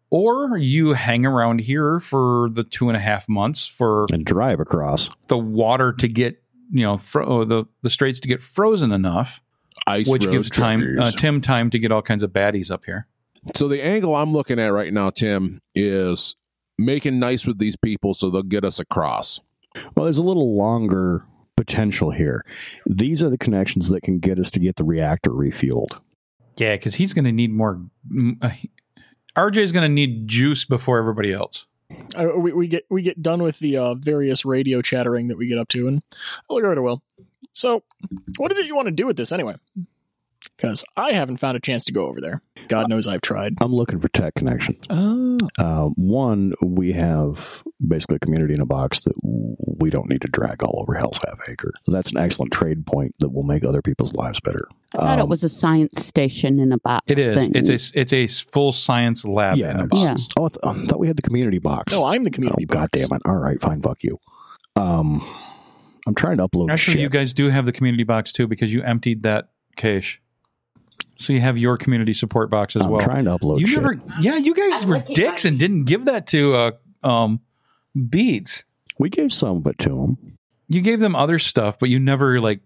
Speaker 1: Or you hang around here for the two and a half months for
Speaker 2: and drive across.
Speaker 1: the water to get you know fro- or the the straits to get frozen enough,
Speaker 6: Ice
Speaker 1: which
Speaker 6: road
Speaker 1: gives time uh,
Speaker 6: truckers.
Speaker 1: Tim time to get all kinds of baddies up here.
Speaker 6: so the angle I'm looking at right now, Tim, is making nice with these people so they'll get us across.
Speaker 2: Well, there's a little longer potential here. These are the connections that can get us to get the reactor refueled.
Speaker 1: Yeah, because he's going to need more. mm, Uh, RJ's going to need juice before everybody else.
Speaker 3: Uh, we, we get we get done with the uh, various radio chattering that we get up to, and I look over to Will. So, what is it you want to do with this anyway? Because I haven't found a chance to go over there. God knows I've tried.
Speaker 2: I'm looking for tech connections.
Speaker 3: Oh,
Speaker 2: Uh, one, we have basically a community in a box that we don't need to drag all over Hell's Half Acre. That's an excellent trade point that will make other people's lives better.
Speaker 5: I thought it
Speaker 2: Um,
Speaker 5: was a science station in a box.
Speaker 1: It is.
Speaker 5: Thing.
Speaker 1: It's a it's a s- full science lab.
Speaker 2: Yeah,
Speaker 1: in a box.
Speaker 2: it's-
Speaker 5: Yeah.
Speaker 2: Oh, I, th- I thought we had the community box.
Speaker 3: no, I'm the
Speaker 2: oh,
Speaker 3: community.
Speaker 2: God damn it. All right, fine. Fuck you. Um, I'm trying to upload
Speaker 1: Actually,
Speaker 2: shit.
Speaker 1: you guys do have the community box too because you emptied that cache, so you have your community support box as
Speaker 2: I'm
Speaker 1: well.
Speaker 2: trying to upload
Speaker 1: you
Speaker 2: shit.
Speaker 1: never. Yeah, you guys
Speaker 5: I'm
Speaker 1: were
Speaker 5: looking-
Speaker 1: dicks and didn't give that to uh, um, Beats.
Speaker 2: we gave some of it to him.
Speaker 1: you gave them other stuff, but you never like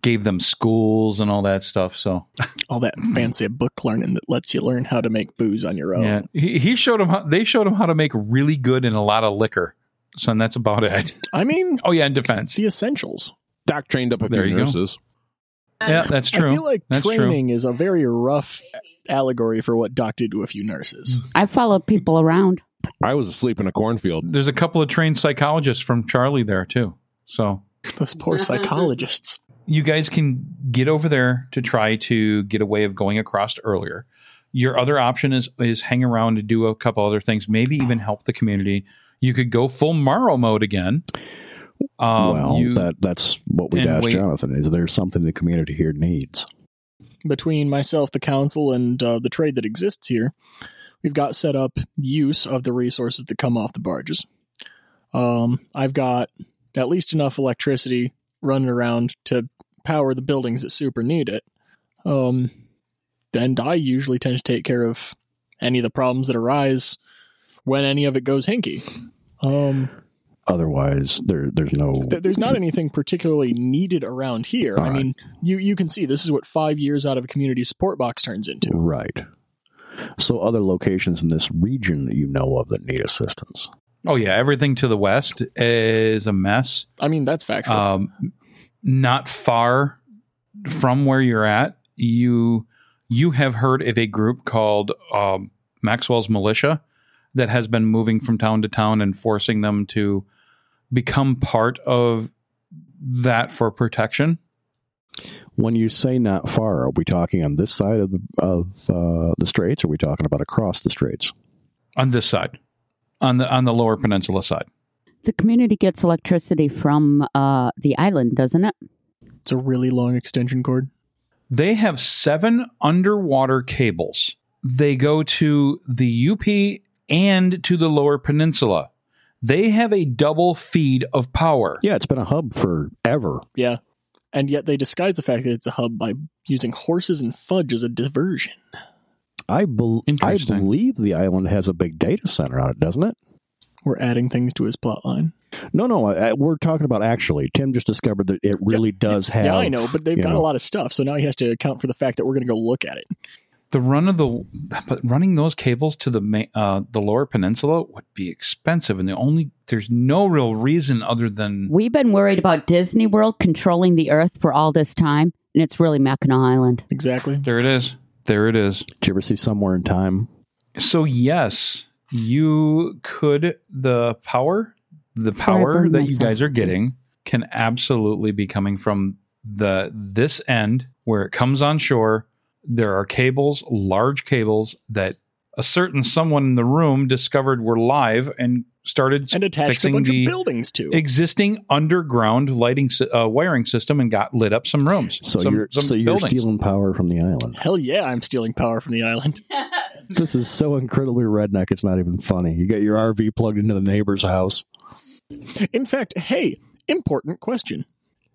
Speaker 1: gave them schools and all that stuff. So
Speaker 3: All that fancy book learning that lets you learn how to make booze on your own.
Speaker 1: yeah, he, he showed them. How, they showed him how to make really good and a lot of liquor. So and that's about it.
Speaker 3: I mean,
Speaker 1: Oh yeah, and
Speaker 3: it's
Speaker 1: defense.
Speaker 3: the essentials.
Speaker 6: Doc trained up a
Speaker 1: There
Speaker 6: few
Speaker 1: you go.
Speaker 6: nurses.
Speaker 1: Yeah, that's true.
Speaker 3: I feel like
Speaker 1: That's true.
Speaker 3: training is a very rough allegory for what Doc did to a few nurses.
Speaker 5: I follow people around.
Speaker 6: I was asleep in a cornfield.
Speaker 1: There's a couple of trained psychologists from Charlie there too. So
Speaker 3: Those poor psychologists.
Speaker 1: you guys can get over there to try to get a way of going across earlier. Your other option is is hang around to do a couple other things, maybe even help the community. You could go full Morrow mode again. Um,
Speaker 2: well,
Speaker 1: you-
Speaker 2: that that's what we
Speaker 1: and
Speaker 2: asked
Speaker 1: wait-
Speaker 2: Jonathan. Is there something the community here needs?
Speaker 3: Between myself, the council, and uh, the trade that exists here, we've got set up use of the resources that come off the barges. Um, I've got at least enough electricity running around to power the buildings that super need it. Um, and I usually tend to take care of any of the problems that arise when any of it goes hinky. Um,
Speaker 2: Otherwise, there there's no.
Speaker 3: th- there's not anything particularly needed around here.
Speaker 2: All
Speaker 3: I
Speaker 2: right.
Speaker 3: mean, you you can see this is what five years out of a community support box turns into.
Speaker 2: right. So other locations in this region that you know of that need assistance.
Speaker 1: Oh yeah, everything to the west is a mess.
Speaker 3: I mean, that's factual.
Speaker 1: Um, not far from where you're at, you you have heard of a group called um, Maxwell's Militia that has been moving from town to town and forcing them to become part of that for protection.
Speaker 2: When you say not far, are we talking on this side of the of uh, the straits? Or are we talking about across the straits?
Speaker 1: On this side, on the on the Lower Peninsula side,
Speaker 5: The community gets electricity from uh, the island, doesn't it?
Speaker 3: it's a really long extension cord.
Speaker 1: they have seven underwater cables. They go to the UP and to the Lower Peninsula. They have a double feed of power.
Speaker 2: Yeah, it's been a hub forever.
Speaker 3: Yeah, and yet they disguise the fact that it's a hub by using horses and fudge as a diversion.
Speaker 2: I bel I
Speaker 1: Interesting.
Speaker 2: believe the island has a big data center on it, doesn't it?
Speaker 3: We're adding things to his plot line.
Speaker 2: No, no, I, I- we're talking about actually. Tim just discovered that it really does have.
Speaker 3: yeah, I know, but they've
Speaker 2: you
Speaker 3: got
Speaker 2: know,
Speaker 3: a lot of stuff, so now he has to account for the fact that we're going to go look at it.
Speaker 1: the run of the but running those cables to the ma- uh, the lower peninsula would be expensive, and the only there's no real reason other than
Speaker 5: We've been worried about Disney World controlling the Earth for all this time, and it's really Mackinac Island.
Speaker 3: Exactly.
Speaker 1: there it is, there it is.
Speaker 2: Did you ever see Somewhere in Time?
Speaker 1: So yes, you could the power the
Speaker 5: That's where I
Speaker 1: power
Speaker 5: burned
Speaker 1: that you
Speaker 5: myself.
Speaker 1: guys are getting can absolutely be coming from the this end where it comes on shore. There are cables, large cables that a certain someone in the room discovered were live and started
Speaker 3: And attached a
Speaker 1: fixing
Speaker 3: bunch
Speaker 1: the
Speaker 3: of buildings to.
Speaker 1: existing underground lighting sy- uh, wiring system and got lit up some rooms.
Speaker 2: So
Speaker 1: some,
Speaker 2: you're
Speaker 1: some
Speaker 2: so you're
Speaker 1: buildings.
Speaker 2: stealing power from the island.
Speaker 3: Hell yeah, I'm stealing power from the island.
Speaker 2: This is so incredibly redneck. It's not even funny. You got your RV plugged into the neighbor's house.
Speaker 3: In fact, hey, important question.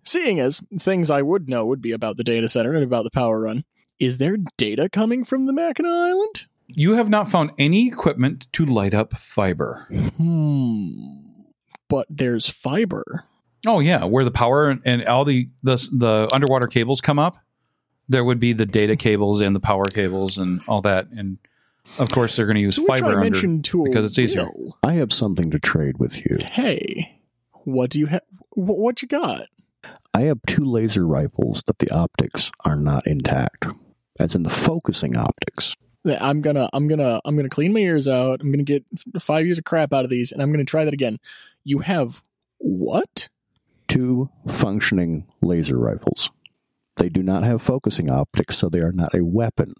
Speaker 3: Seeing as things I would know would be about the data center and about the power run, is there data coming from the Mackinac Island?
Speaker 1: You have not found any equipment to light up fiber.
Speaker 3: Hmm. But there's fiber.
Speaker 1: Oh yeah, where the power and all the the, the underwater cables come up, there would be the data cables and the power cables and all that, and of course they're going to use
Speaker 3: To which
Speaker 1: fiber
Speaker 3: I
Speaker 1: under
Speaker 3: mentioned to a
Speaker 1: because it's easier.
Speaker 3: will,
Speaker 2: I have something to trade with you.
Speaker 3: Hey, what do you have? What, what you got?
Speaker 2: I have two laser rifles that the optics are not intact. That's in the focusing optics.
Speaker 3: I'm gonna, I'm gonna, I'm gonna clean my ears out. I'm gonna get f- five years of crap out of these, and I'm gonna try that again. You have what?
Speaker 2: Two functioning laser rifles. They do not have focusing optics, so they are not a weapon.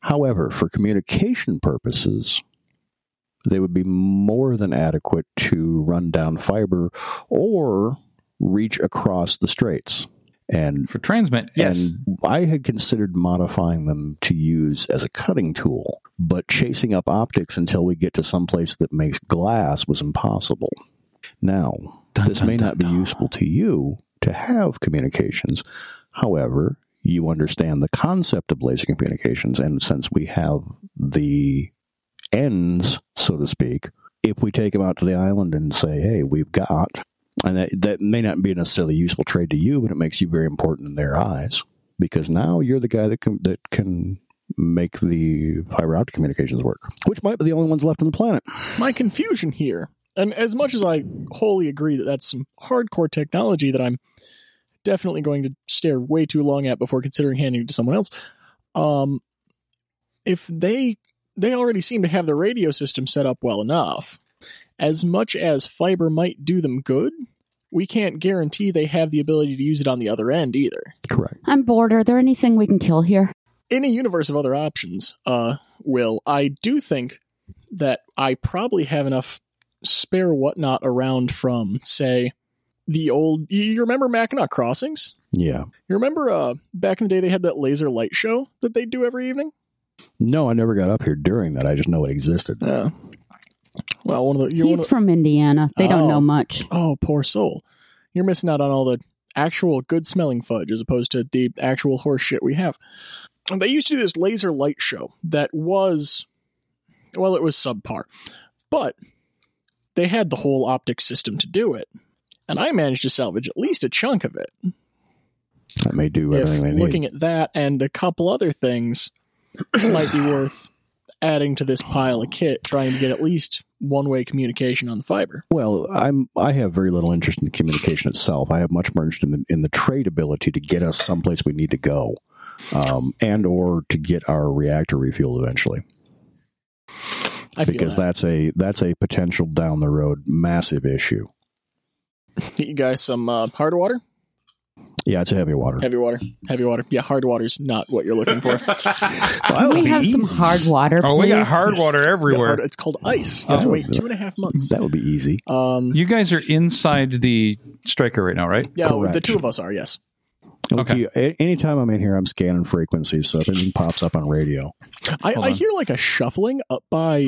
Speaker 2: However, for communication purposes, they would be more than adequate to run down fiber or reach across the straits. And
Speaker 1: for transmit. Yes,
Speaker 2: And I had considered modifying them to use as a cutting tool, but chasing up optics until we get to someplace that makes glass was impossible. Now,
Speaker 1: Dun,
Speaker 2: this
Speaker 1: dun,
Speaker 2: may
Speaker 1: dun,
Speaker 2: not be
Speaker 1: dun.
Speaker 2: useful to you to have communications. However, you understand the concept of laser communications, and since we have the ends, so to speak, if we take them out to the island and say, hey, we've got and that, that may not be necessarily a useful trade to you, but it makes you very important in their eyes because now you're the guy that can, that can make the fiber optic communications work, which might be the only ones left on the planet.
Speaker 3: my confusion here, and as much as I wholly agree that that's some hardcore technology that I'm definitely going to stare way too long at before considering handing it to someone else, um, if they they already seem to have the radio system set up well enough, as much as fiber might do them good, we can't guarantee they have the ability to use it on the other end either.
Speaker 2: Correct.
Speaker 5: I'm bored. Are there anything we can kill here?
Speaker 3: in a universe of other options, uh, Will, I do think that I probably have enough spare whatnot around from, say, the old. You you remember Mackinac Crossings?
Speaker 2: Yeah.
Speaker 3: You remember uh, back in the day they had that laser light show that they do every evening?
Speaker 2: No, I never got up here during that. I just know it existed.
Speaker 3: Yeah. Uh, Well, one of the. You're one
Speaker 5: He's
Speaker 3: of,
Speaker 5: from Indiana. They
Speaker 3: Oh.
Speaker 5: don't know much.
Speaker 3: oh, poor soul. You're missing out on all the actual good smelling fudge as opposed to the actual horse shit we have. They used to do this laser light show that was, well, it was subpar, but they had the whole optic system to do it. And I managed to salvage at least a chunk of it.
Speaker 2: That may do
Speaker 3: If
Speaker 2: everything they need.
Speaker 3: looking at that and a couple other things might be worth adding to this pile of kit, trying to get at least one way communication on the fiber.
Speaker 2: well, I'm I have very little interest in the communication itself. I have much more interest in the, in the trade ability to get us someplace we need to go, um, and or to get our reactor refueled eventually.
Speaker 3: I feel
Speaker 2: because
Speaker 3: that.
Speaker 2: that's a that's a potential down the road massive issue.
Speaker 3: Get you guys some uh, hard water.
Speaker 2: Yeah, it's a heavy water.
Speaker 3: Heavy water. Heavy water. Yeah, hard water's not what you're looking for.
Speaker 5: Can we have some hard water,
Speaker 1: oh, we got
Speaker 5: please?
Speaker 1: hard water everywhere.
Speaker 3: Hard- it's called ice. You have to
Speaker 2: Oh.
Speaker 3: wait two and a half months.
Speaker 2: That would be easy.
Speaker 3: Um,
Speaker 1: You guys are inside the striker right now, right?
Speaker 3: yeah,
Speaker 2: Correct.
Speaker 3: the two of us are, yes.
Speaker 1: Okay.
Speaker 2: Okay. A- anytime I'm in here, I'm scanning frequencies, so if anything pops up on radio,
Speaker 3: I,
Speaker 1: Hold
Speaker 3: I
Speaker 1: on.
Speaker 3: hear like a shuffling up by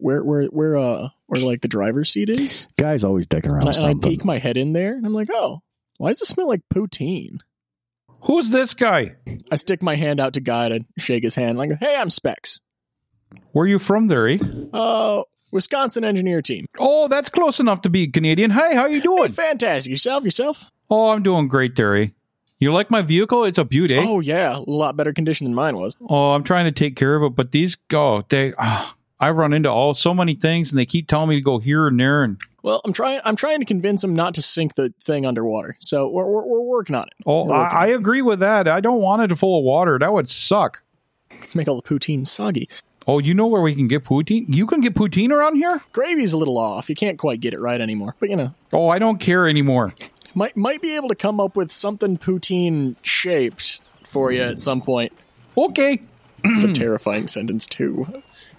Speaker 3: where where where uh where like the driver's seat is.
Speaker 2: guys always decking around
Speaker 3: And I,
Speaker 2: with
Speaker 3: and I
Speaker 2: something.
Speaker 3: peek my head in there and I'm like, oh, why does it smell like poutine?
Speaker 1: Who's this guy?
Speaker 3: I stick my hand out to Guy to shake his hand, like, hey, I'm Specs.
Speaker 1: Where you from, Derry?
Speaker 3: Uh Wisconsin engineer team.
Speaker 1: Oh, that's close enough to be Canadian. Hey, how you
Speaker 3: Hey,
Speaker 1: doing?
Speaker 3: fantastic. Yourself, yourself?
Speaker 1: Oh, I'm doing great, Derry. You like my vehicle? It's a beauty. Oh,
Speaker 3: Oh yeah, a lot better condition than mine was.
Speaker 1: I'm trying to take care of it, but these go. they. ah, I run into all so many things, and they keep telling me to go here and there, and
Speaker 3: Well, I'm trying. I'm trying to convince him not to sink the thing underwater. So we're we're, we're working on it.
Speaker 1: oh, I, I agree with that. I don't want it full of water. That would suck.
Speaker 3: Make all the poutine soggy.
Speaker 1: Oh, you know where we can get poutine? You can get poutine around here?
Speaker 3: Gravy's a little off. You can't quite get it right anymore. But you know,
Speaker 1: Oh, I don't care anymore.
Speaker 3: might might be able to come up with something poutine shaped for you at some point.
Speaker 1: Okay.
Speaker 3: It's a terrifying sentence too.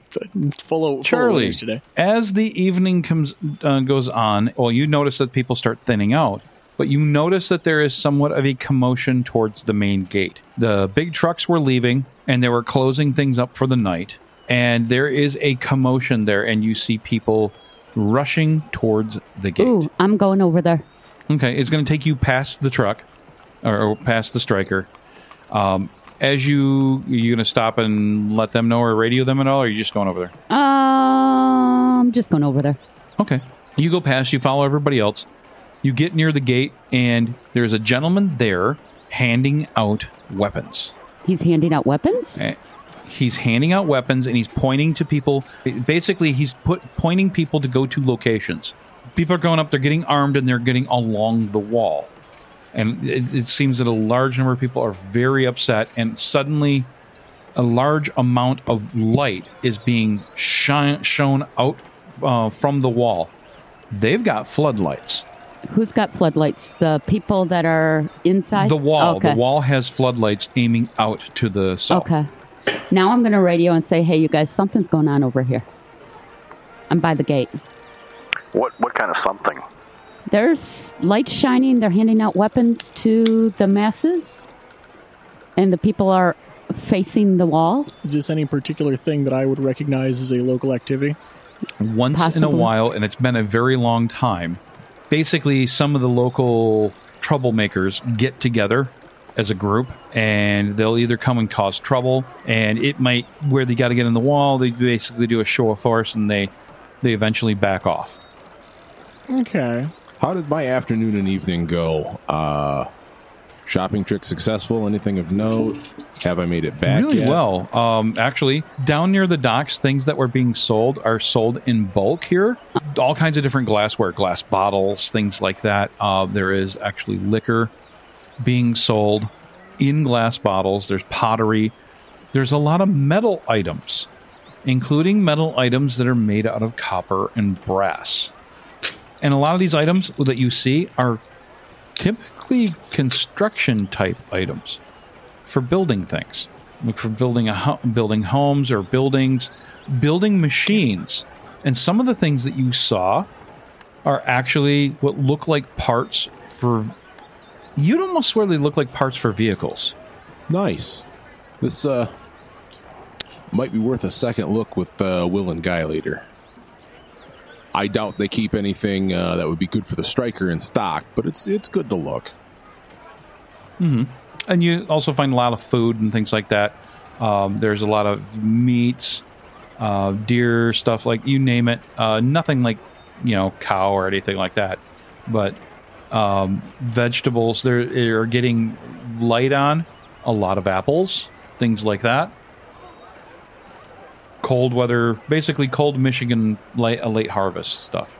Speaker 3: It's a it's full of full of
Speaker 1: Charlie,
Speaker 3: warnings today.
Speaker 1: as the evening comes uh, goes on, well, you notice that people start thinning out, but you notice that there is somewhat of a commotion towards the main gate. The big trucks were leaving, and they were closing things up for the night, and there is a commotion there, and you see people rushing towards the gate.
Speaker 5: Ooh, I'm going over there.
Speaker 1: Okay, it's going to take you past the truck, or, or past the striker. Um, as you, you going to stop and let them know or radio them at all, or are you just going over there?
Speaker 5: Um, just going over there.
Speaker 1: Okay. You go past, you follow everybody else. You get near the gate, and there's a gentleman there handing out weapons.
Speaker 5: He's handing out weapons.
Speaker 1: Eh, He's handing out weapons and he's pointing to people. Basically, he's put pointing people to go to locations. People are going up, they're getting armed, and they're getting along the wall. And it, it seems that a large number of people are very upset, and suddenly a large amount of light is being shine, shown out uh, from the wall. They've got floodlights.
Speaker 5: Who's got floodlights? The people that are inside
Speaker 1: the wall,
Speaker 5: Okay.
Speaker 1: the wall has floodlights aiming out to the south.
Speaker 5: Okay. Now I'm going to radio and say, "Hey, you guys, something's going on over here. I'm by the gate.
Speaker 8: What what kind of something?
Speaker 5: There's lights shining. They're handing out weapons to the masses, and the people are facing the wall.
Speaker 3: Is this any particular thing that I would recognize as a local activity?
Speaker 1: once in
Speaker 5: Possibly.
Speaker 1: a while, and it's been a very long time. Basically, some of the local troublemakers get together as a group, and they'll either come and cause trouble, and it might where they got to get in the wall. They basically do a show of force, and they they eventually back off.
Speaker 3: Okay.
Speaker 6: How did my afternoon and evening go? Uh, shopping trick successful? Anything of note? Have I made it back?
Speaker 1: really
Speaker 6: yet?
Speaker 1: well. Um, actually, down near the docks, things that were being sold are sold in bulk here. All kinds of different glassware, glass bottles, things like that. Uh, there is actually liquor being sold in glass bottles. There's pottery. There's a lot of metal items, including metal items that are made out of copper and brass. And a lot of these items that you see are typically construction type items for building things, like for building a ho- building homes or buildings, building machines. And some of the things that you saw are actually what look like parts for. You'd almost swear they look like parts for vehicles.
Speaker 6: Nice. This uh might be worth a second look with uh, Will and Guy later. I doubt they keep anything uh, that would be good for the striker in stock, but it's it's good to look.
Speaker 1: And you also find a lot of food and things like that. Um, there's a lot of meats, uh, deer stuff, like you name it. Uh, nothing like, you know, cow or anything like that. But um, vegetables, they're, they're getting light on a lot of apples, things like that. Cold weather, basically cold Michigan late, uh, late harvest stuff.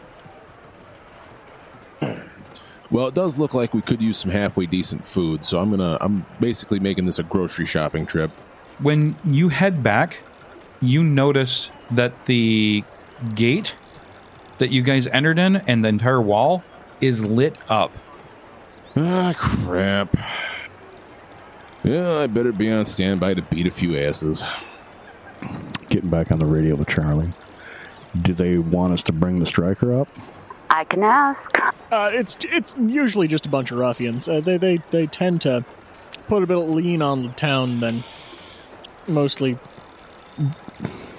Speaker 6: Well, it does look like we could use some halfway decent food, so I'm gonna I'm basically making this a grocery shopping trip.
Speaker 1: when you head back, you notice that the gate that you guys entered in and the entire wall is lit up.
Speaker 6: Ah, crap. Yeah, I better be on standby to beat a few asses.
Speaker 2: Getting back on the radio with Charlie. Do they want us to bring the striker up?
Speaker 5: I can ask.
Speaker 3: Uh, it's it's usually just a bunch of ruffians. Uh, they they they tend to put a bit of lean on the town, then mostly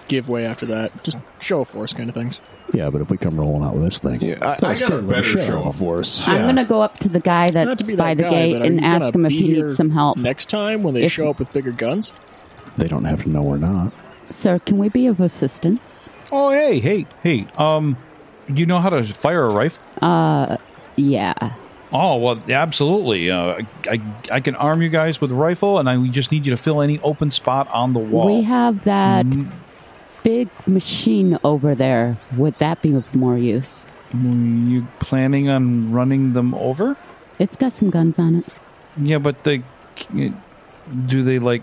Speaker 3: give way after that. Just show of force kind of things.
Speaker 2: Yeah, but if we come rolling out with this thing,
Speaker 6: Yeah, I, I
Speaker 2: That's
Speaker 6: got a
Speaker 2: good with a
Speaker 6: better
Speaker 2: show.
Speaker 6: show of force.
Speaker 5: I'm going to go up to the guy
Speaker 3: Not
Speaker 5: that's
Speaker 3: to be
Speaker 5: by
Speaker 3: that
Speaker 5: the
Speaker 3: guy,
Speaker 5: gate
Speaker 3: but are
Speaker 5: and
Speaker 3: you
Speaker 5: ask
Speaker 3: gonna
Speaker 5: him if
Speaker 3: be
Speaker 5: he
Speaker 3: here
Speaker 5: needs some help.
Speaker 3: next time when they
Speaker 5: If-
Speaker 3: show up with bigger guns.
Speaker 2: they don't have to know we're not.
Speaker 5: Sir, can we be of assistance?
Speaker 1: Oh hey, hey, hey. Um you know how to fire a rifle?
Speaker 5: Yeah.
Speaker 1: Oh well, absolutely. Uh, I I can arm you guys with a rifle, and I we just need you to fill any open spot on the wall.
Speaker 5: We have that big machine over there. Would that be of more use?
Speaker 1: Were you planning on running them over?
Speaker 5: It's got some guns on it.
Speaker 1: Yeah, but they do they like?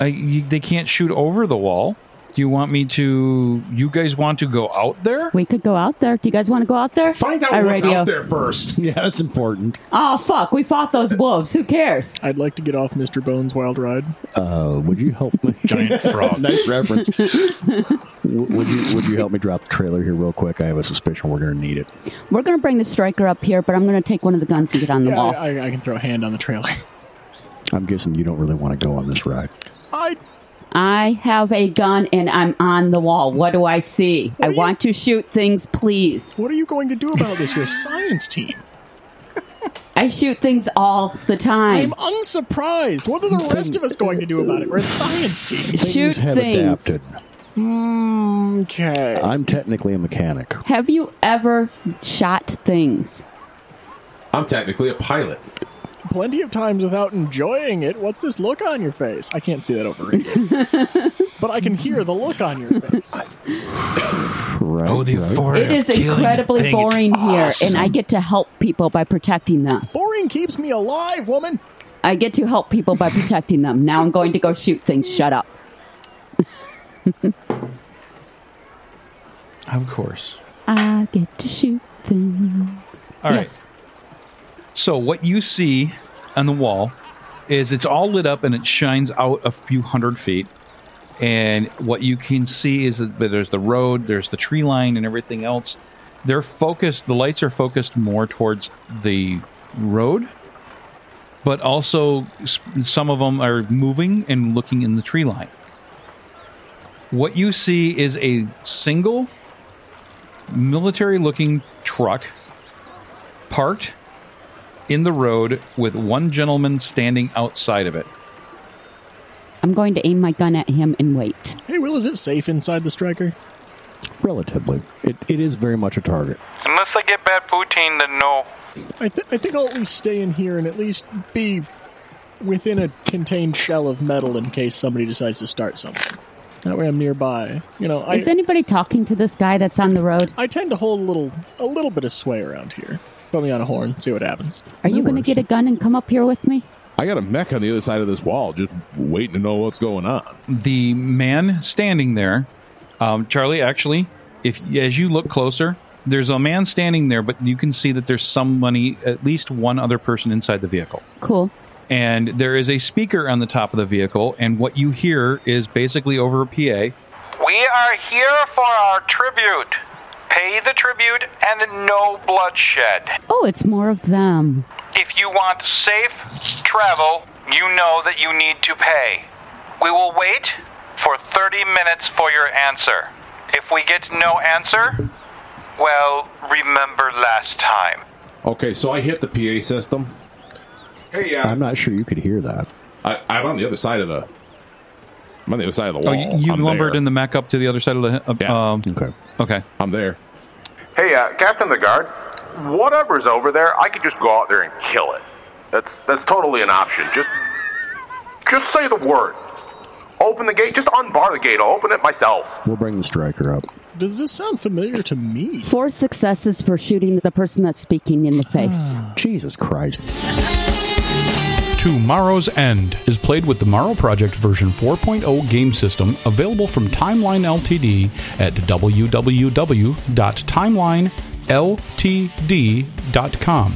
Speaker 1: I you, they can't shoot over the wall. Do you want me to? You guys want to go out there?
Speaker 5: We could go out there. Do you guys want to go out there?
Speaker 9: Find out
Speaker 5: I
Speaker 9: what's
Speaker 5: radio.
Speaker 9: out there first.
Speaker 2: Yeah, that's important.
Speaker 5: Oh fuck! We fought those wolves. Who cares?
Speaker 3: I'd like to get off Mr. Bones' wild ride.
Speaker 2: Uh, would you help me?
Speaker 1: Giant frog.
Speaker 2: nice reference. W- would you Would you help me drop the trailer here real quick? I have a suspicion we're going to need it.
Speaker 5: We're gonna bring the striker up here, but I'm gonna take one of the guns and get on the
Speaker 3: Yeah,
Speaker 5: wall.
Speaker 3: I, I, I can throw a hand on the trailer.
Speaker 2: I'm guessing you don't really want to go on this ride.
Speaker 3: I
Speaker 5: I have a gun and I'm on the wall. What do I see? I want to shoot things, please.
Speaker 3: What are you going to do about this? Your science team.
Speaker 5: I shoot things all the time.
Speaker 3: I'm unsurprised. What are the rest of us going to do about it? We're a science team.
Speaker 5: shoot
Speaker 2: have
Speaker 5: things.
Speaker 2: adapted.
Speaker 3: Okay.
Speaker 2: I'm technically a mechanic.
Speaker 5: Have you ever shot things?
Speaker 6: I'm technically a pilot.
Speaker 3: Plenty of times without enjoying it. What's this look on your face? I can't see that over radio. but I can hear the look on your face.
Speaker 2: Right. right.
Speaker 5: It is incredibly boring here, and I get to help people by protecting them.
Speaker 3: Boring keeps me alive, woman.
Speaker 5: I get to help people by protecting them. Now I'm going to go shoot things. Shut up.
Speaker 1: Of course.
Speaker 5: I get to shoot things.
Speaker 1: All right.
Speaker 5: Yes.
Speaker 1: So what you see on the wall is it's all lit up and it shines out a few hundred feet. And what you can see is that there's the road, there's the tree line, and everything else. They're focused. The lights are focused more towards the road, but also s- some of them are moving and looking in the tree line. What you see is a single military-looking truck parked in the road with one gentleman standing outside of it.
Speaker 5: I'm going to aim my gun at him and wait.
Speaker 3: Hey, Will, is it safe inside the striker?
Speaker 2: Relatively, it, it is very much a target.
Speaker 10: Unless I get bad poutine, then no.
Speaker 3: I, th- I think I'll at least stay in here and at least be within a contained shell of metal in case somebody decides to start something. That way I'm nearby. You know, I,
Speaker 5: Is anybody talking to this guy that's on the road?
Speaker 3: I tend to hold a little a little bit of sway around here. Put me on a horn, see what happens.
Speaker 5: Are you going to get a gun and come up here with me?
Speaker 6: I got a mech on the other side of this wall, just waiting to know what's going on.
Speaker 1: The man standing there, um, Charlie, actually, if as you look closer, there's a man standing there, but you can see that there's somebody, at least one other person inside the vehicle.
Speaker 5: Cool.
Speaker 1: And there is a speaker on the top of the vehicle, and what you hear is basically over a PA.
Speaker 10: We are here for our tribute. Pay the tribute and no bloodshed.
Speaker 5: Oh, it's more of them.
Speaker 10: If you want safe travel, you know that you need to pay. We will wait for 30 minutes for your answer. If we get no answer, well, remember last time.
Speaker 6: Okay, so I hit the PA system.
Speaker 9: Hey, uh,
Speaker 2: I'm not sure you could hear that.
Speaker 6: I, I'm on the other side of the. I'm on the other side of the
Speaker 1: Oh, you,
Speaker 6: wall.
Speaker 1: you
Speaker 6: I'm
Speaker 1: lumbered
Speaker 6: there.
Speaker 1: in the mech up to the other side of the. Uh,
Speaker 6: Yeah.
Speaker 1: um,
Speaker 2: Okay.
Speaker 1: okay.
Speaker 6: I'm there.
Speaker 8: Hey, uh, Captain of the Guard, whatever's over there, I could just go out there and kill it. That's that's totally an option. Just just say the word. Open the gate. Just unbar the gate. I'll open it myself.
Speaker 2: We'll bring the striker up.
Speaker 3: Does this sound familiar to me?
Speaker 5: Four successes for shooting the person that's speaking in the face.
Speaker 1: Ah.
Speaker 2: Jesus Christ.
Speaker 11: Tomorrow's End is played with the Morrow Project version 4.0 game system available from Timeline LTD at www.timelineltd.com.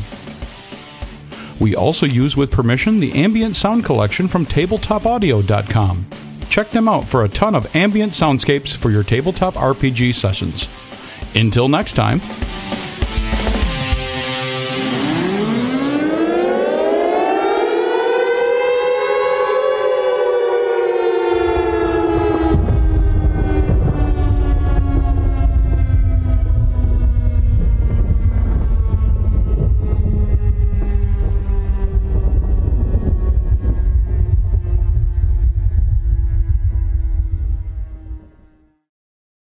Speaker 11: We also use with permission the ambient sound collection from tabletopaudio.com. Check them out for a ton of ambient soundscapes for your tabletop RPG sessions. Until next time,